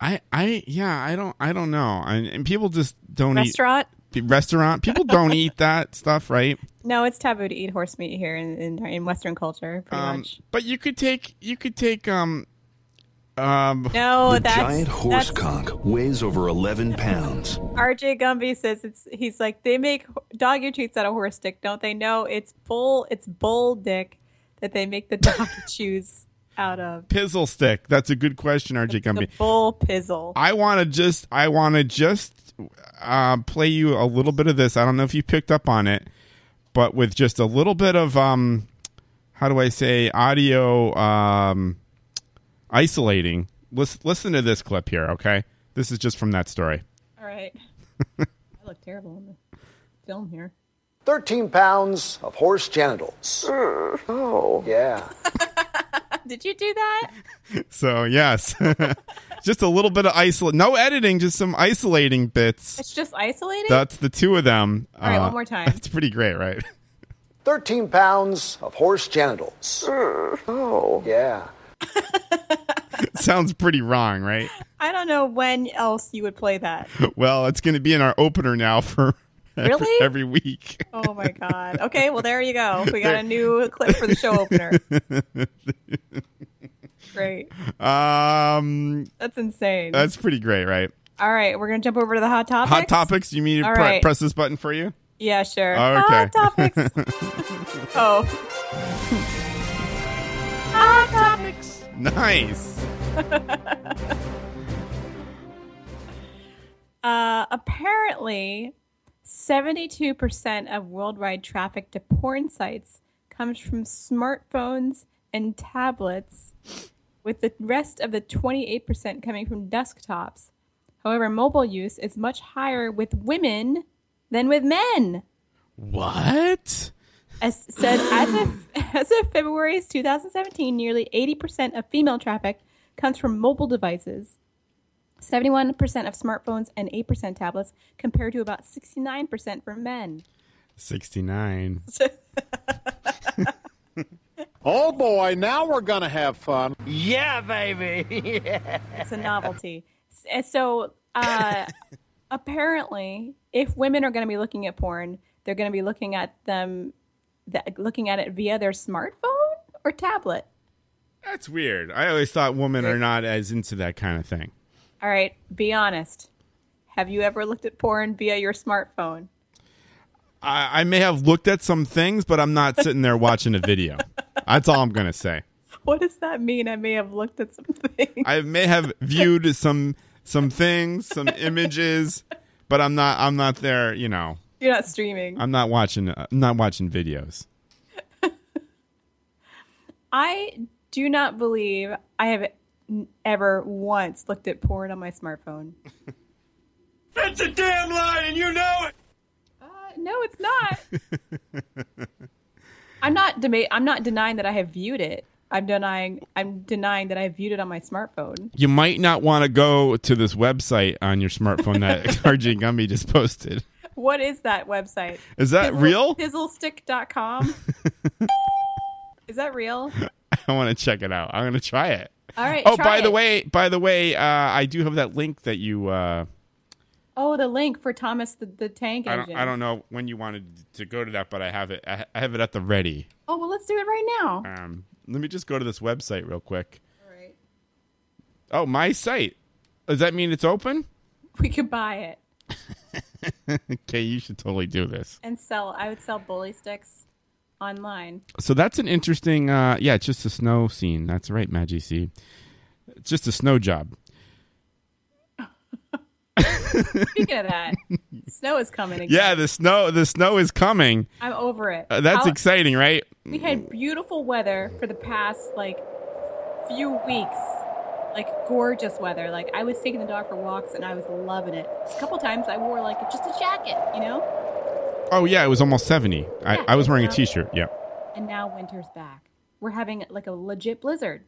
I, I, yeah, I don't, I don't know. And, and people just don't
Restaurant?
eat restaurant. People don't eat that stuff, right?
No, it's taboo to eat horse meat here in, in, in Western culture, pretty
Um,
much.
but you could take, you could take, um, um,
No,
the
Oh, that's-
giant horse
that's-
cock weighs over 11 pounds.
RJ Gumby says it's he's like they make dog ear treats out of horse dick, don't they? No, it's bull it's bull dick that they make the dog chews out of.
pizzle stick. That's a good question, RJ
The
Gumby.
bull pizzle.
I want to just I want to just uh, play you a little bit of this. I don't know if you picked up on it, but with just a little bit of um, how do I say audio um, isolating. Listen, listen to this clip here, okay? This is just from that story.
All right. I look terrible in the film here.
13 pounds of horse genitals. Oh. Yeah.
Did you do that?
So yes, just a little bit of isolate, no editing, just some isolating bits.
It's just isolated?
That's the two of them. Uh,
All right, one more time.
That's pretty great, right?
13 pounds of horse genitals. Oh. Yeah.
Sounds pretty wrong, right?
I don't know when else you would play that.
well, it's going to be in our opener now for every,
Really?
every week.
Oh my god. Okay, well there you go. We got a new clip for the show opener. Great.
um,
That's insane.
that's pretty great, right?
All right, we're gonna jump over to the hot topics.
Hot topics. You mean to
All
pre-
right.
press this button for you?
Yeah, sure.
Oh,
Hot topics.
okay.
Oh. Hot topics.
nice.
Uh, apparently, 72% of worldwide traffic to porn sites comes from smartphones and tablets, with the rest of the 28% coming from desktops. However, mobile use is much higher with women than with men.
What?
As said, as of, as of February 2017, nearly 80% of female traffic comes from mobile devices, 71% of smartphones, and 8% tablets, compared to about 69% for men.
69.
Oh boy, now we're gonna have fun.
Yeah, baby.
It's a novelty. S- and So, uh, apparently, if women are going to be looking at porn, they're going to be looking at them, that, looking at it via their smartphone or tablet.
That's weird. I always thought women are not as into that kind of thing.
All right, be honest. Have you ever looked at porn via your smartphone?
I, I may have looked at some things, but I'm not sitting there watching a video. That's all I'm going to say.
What does that mean? I may have looked at something.
I may have viewed some some things, some images, but I'm not I'm not there, you know.
You're not streaming.
I'm not watching uh, I'm not watching videos.
I do not believe I have n- ever once looked at porn on my smartphone.
That's a damn lie, and you know it.
Uh, no, it's not. I'm not dema- I'm not denying that I have viewed it. I'm denying I'm denying that I viewed it on my smartphone.
You might not want to go to this website on your smartphone that RJ Gumby just posted.
What is that website?
Is that
Pizzle-
real?
Pizzlestick.com. is that real?
I want to check it out. I'm going to try it.
All right,
Oh,
try
by the
it.
way, by the way, uh, I do have that link that you. Uh,
Oh, the link for Thomas the, the Tank
I
Engine.
don't. I don't know when you wanted to go to that, but I have it. I I have it at the ready.
Oh well, let's do it right now.
Um, let me just go to this website real quick. Oh, my site. Does that mean it's open?
We could buy it
okay, you should totally do this.
and sell. I would sell bully sticks online.
So that's an interesting. Uh, yeah, it's just a snow scene. That's right, Maggie C. It's just a snow job.
Speaking of that, snow is coming again.
Yeah, the snow. The snow is coming.
I'm over it.
Uh, that's
How-
exciting, right?
We had beautiful weather for the past like few weeks, like gorgeous weather. Like I was taking the dog for walks and I was loving it. A couple times I wore like just a jacket, you know.
Oh yeah, it was almost seventy. I,
Yeah,
I was wearing a
yeah.
T-shirt. Yeah.
And now winter's back. We're having like a legit blizzard.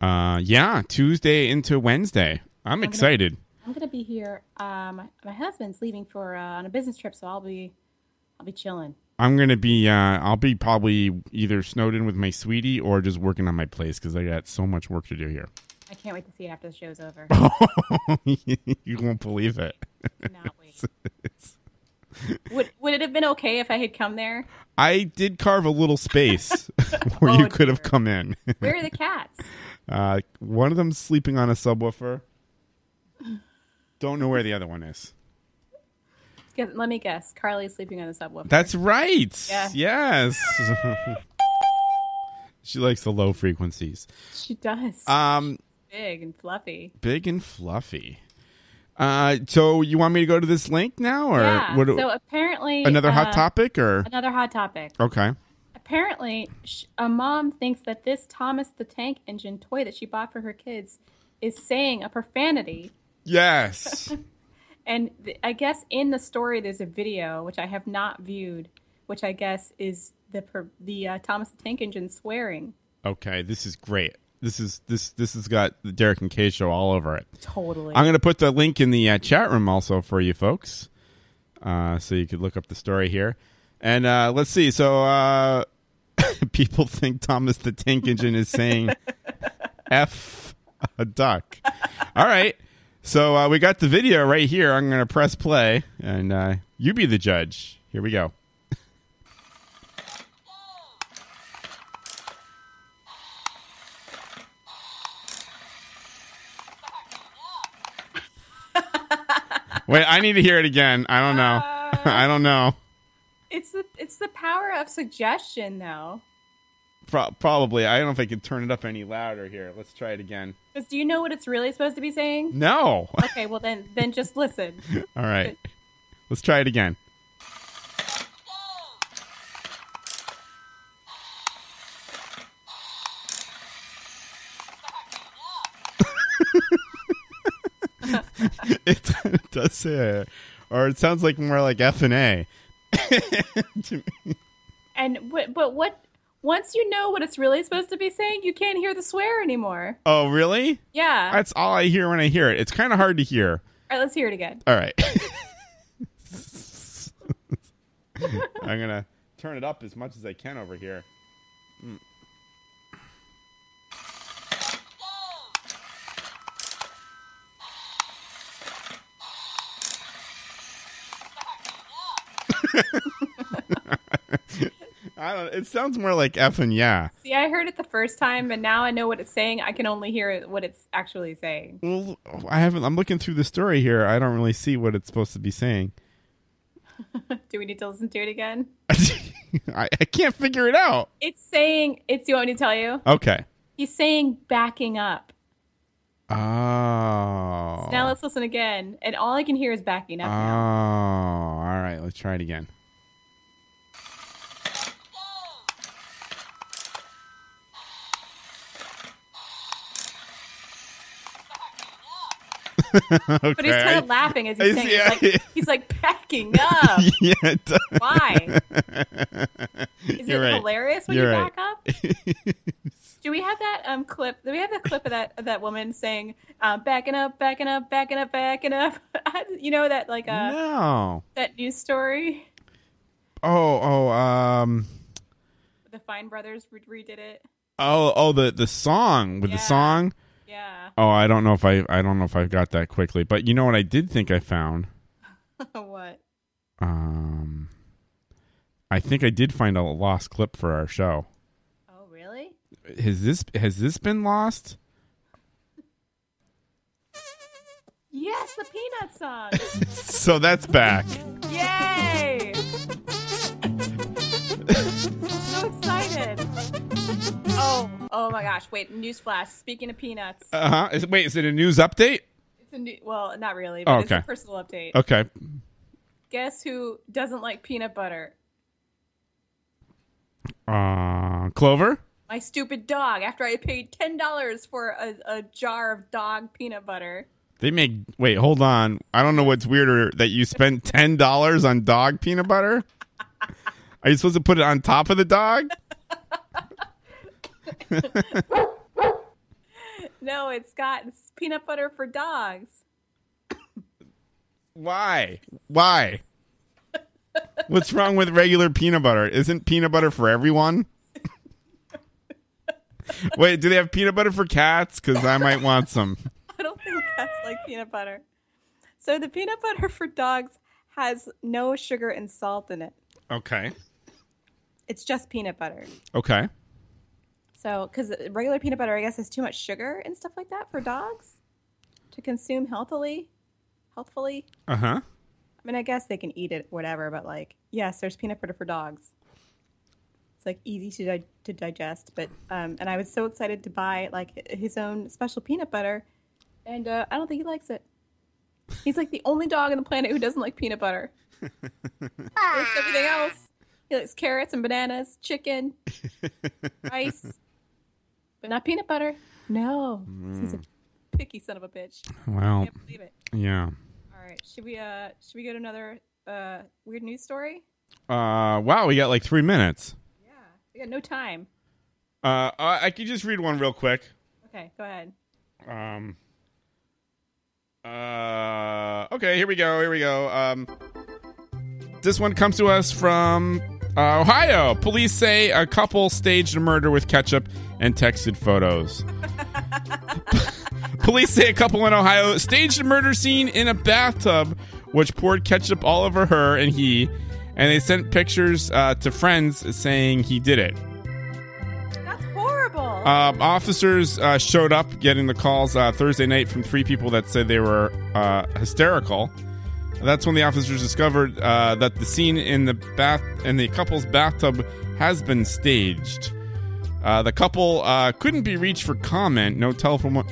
Uh, yeah, Tuesday into Wednesday. I'm excited.
I'm gonna be here. Um, my husband's leaving for uh, on a business trip, so I'll be, I'll be chilling.
I'm gonna be. Uh, I'll be probably either snowed in with my sweetie or just working on my place because I got so much work to do here.
I can't wait to see it after the show's over.
Oh, you won't believe it.
Cannot wait. would Would it have been okay if I had come there?
I did carve a little space where
Oh,
you could have come in.
Where are the cats?
Uh, one of them's sleeping on a subwoofer. Don't know where the other one is.
Guess- Let me guess. Carly's sleeping on the subwoofer.
That's right.
Yeah.
Yes. she likes the low frequencies.
She does.
Um,
Big and fluffy.
big and fluffy. Uh, so you want me to go to this link now, or
yeah.
what-
so apparently,
another
uh,
hot topic, or
another hot topic.
okay?
Apparently, sh- a mom thinks that this Thomas the Tank Engine toy that she bought for her kids is saying a profanity.
Yes.
And th- I guess in the story, there's a video which I have not viewed, which I guess is the per- the uh, Thomas the Tank Engine swearing.
okay, this is great. This is this this has got the Derek and Kay show all over it.
Totally.
I'm going to put the link in the uh, chat room also for you folks, uh, so you could look up the story here. And uh, let's see. So uh, people think Thomas the Tank Engine is saying "f a duck." All right. So uh, we got the video right here. I'm going to press play, and uh, you be the judge. Here we go. Wait, I need to hear it again. I don't know. I don't know.
It's the it's the power of suggestion, though.
Pro- probably. I don't know if I can turn it up any louder here. Let's try it again.
Because do you know what it's really supposed to be saying?
No.
Okay, well then then just listen.
All right. Let's try it again. it does say, or it sounds like more like F and A. To me.
And wh- but what once you know what it's really supposed to be saying, you can't hear the swear anymore.
oh, really?
Yeah.
That's all I hear when I hear it. It's kind of hard to hear.
All right, let's hear it again.
All right. I'm gonna turn it up as much as I can over here. Mm. I don't. It sounds more like F and yeah.
See, I heard it the first time, and now I know what it's saying. I can only hear it- what it's actually saying.
Well, I haven't. I'm looking through the story here. I don't really see what it's supposed to be saying.
Do we need to listen to it again?
I, I can't figure it out.
It's saying it's. You want me to tell you?
Okay.
He's saying backing up.
Oh.
Now let's listen again, and all I can hear is backing
Oh,
up.
all right. Let's try it again. okay.
But he's kind of laughing as he's
I
saying
see-
it. He's like, he's like backing up.
yeah, it does.
Why? Is
You're
it
right.
hilarious when
You're
you
right.
back up? Do we have that um clip? Do we have that clip of that of that woman saying um, "backing up, backing up, backing up, backing up"? you know that like uh
No.
that news story.
Oh, oh, um,
The Fine Brothers re- redid it.
oh, oh, the the song with the song.
Yeah.
Oh, I don't know if I, I don't know if I got that quickly, but you know what I did think I found.
what?
Um, I think I did find a lost clip for our show.
Oh, really?
Has this has this been lost?
Yes, the Peanut song.
So that's back.
Yay! so excited. Oh, oh my gosh! Wait, newsflash. Speaking of peanuts,
Uh huh. Is, wait, is it a news update?
it's a new. Well, not really. But
Oh,
It's
okay.
a personal update.
Okay.
Guess who doesn't like peanut butter?
Uh, Clover.
My stupid dog. After I paid ten dollars for a, a jar of dog peanut butter.
They make. Wait, hold on. I don't know what's weirder that you spent ten dollars on dog peanut butter. Are you supposed to put it on top of the dog?
No, it's got it's peanut butter for dogs.
Why? Why? What's wrong with regular peanut butter? Isn't peanut butter for everyone? Wait, do they have peanut butter for cats? Because I might want some.
I don't think cats like peanut butter. So the peanut butter for dogs has no sugar and salt in it.
Okay.
It's just peanut butter.
Okay.
So, because regular peanut butter, I guess, has too much sugar and stuff like that for dogs to consume healthily. Healthfully.
Uh huh.
I mean, I guess they can eat it, whatever. But like, yes, there's peanut butter for dogs. It's like easy to di- to digest. But um, and I was so excited to buy like his own special peanut butter, and uh, I don't think he likes it. He's like the only dog on the planet who doesn't like peanut butter. he likes everything else. He likes carrots and bananas, chicken, rice, but not peanut butter. No, he's a picky son of a bitch.
Well,
can't believe it.
yeah.
All right, should we uh should we go to another uh weird news story?
Uh, wow, we got like three minutes.
We got no time.
Uh, I, I could just read one real quick.
Okay, go ahead.
Um. Uh. Okay. Here we go. Here we go. Um. This one comes to us from uh, Ohio. Police say a couple staged a murder with ketchup and texted photos. Police say a couple in Ohio staged a murder scene in a bathtub, which poured ketchup all over her and he, and they sent pictures uh, to friends saying he did it.
That's horrible.
Uh, officers uh, showed up getting the calls uh, Thursday night from three people that said they were uh, hysterical. That's when the officers discovered uh, that the scene in the bath in the couple's bathtub has been staged. Uh, the couple uh, couldn't be reached for comment. No telephone,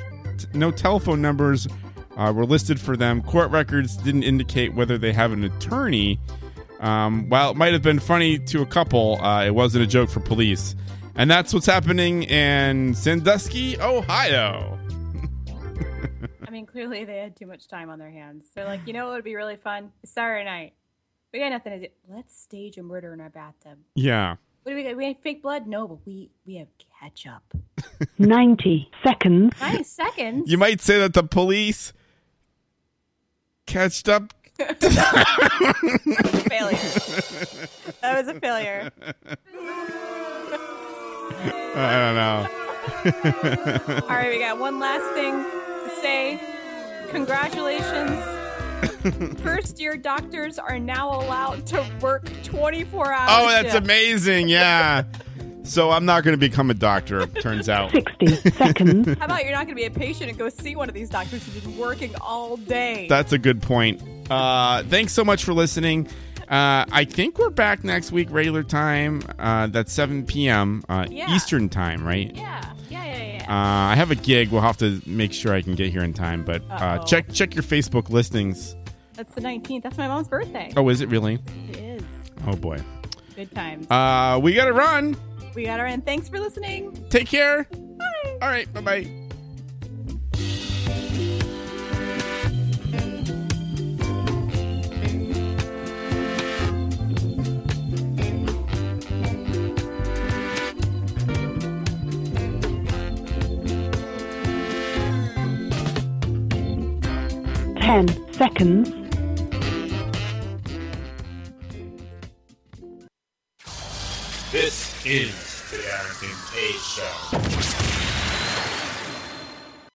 no telephone numbers uh, were listed for them. Court records didn't indicate whether they have an attorney. Um, while it might have been funny to a couple, uh, it wasn't a joke for police. And that's what's happening in Sandusky, Ohio.
I mean, clearly they had too much time on their hands. They're like, you know, what would be really fun. It's Saturday night. We got nothing to do. Let's stage a murder in our bathtub.
Yeah.
What do we got? We have fake blood? No, but we we have ketchup.
90 seconds.
Ninety seconds.
You might say that the police catched up.
failure. That was a failure.
I don't know.
All right, we got one last thing to say. Congratulations. First year doctors are now allowed to work 24 hours.
Oh, that's amazing. Yeah. So I'm not going to become a doctor, turns out.
60 seconds.
How about you're not going to be a patient and go see one of these doctors who's been working all day?
That's a good point. Uh, thanks so much for listening. Uh, I think we're back next week, regular time. Uh, that's 7 p.m. Uh,
Yeah.
Eastern time, right?
yeah, yeah, yeah, yeah.
Uh, I have a gig. We'll have to make sure I can get here in time. But uh,
Uh-oh.
check check your Facebook listings.
That's the 19th. That's my mom's birthday.
Oh, is it really?
It is.
Oh boy.
Good times.
Uh, we gotta run.
we got our end. Thanks for listening.
Take care. Bye. All right. Bye bye.
Ten seconds.
This is the Darrington A Show.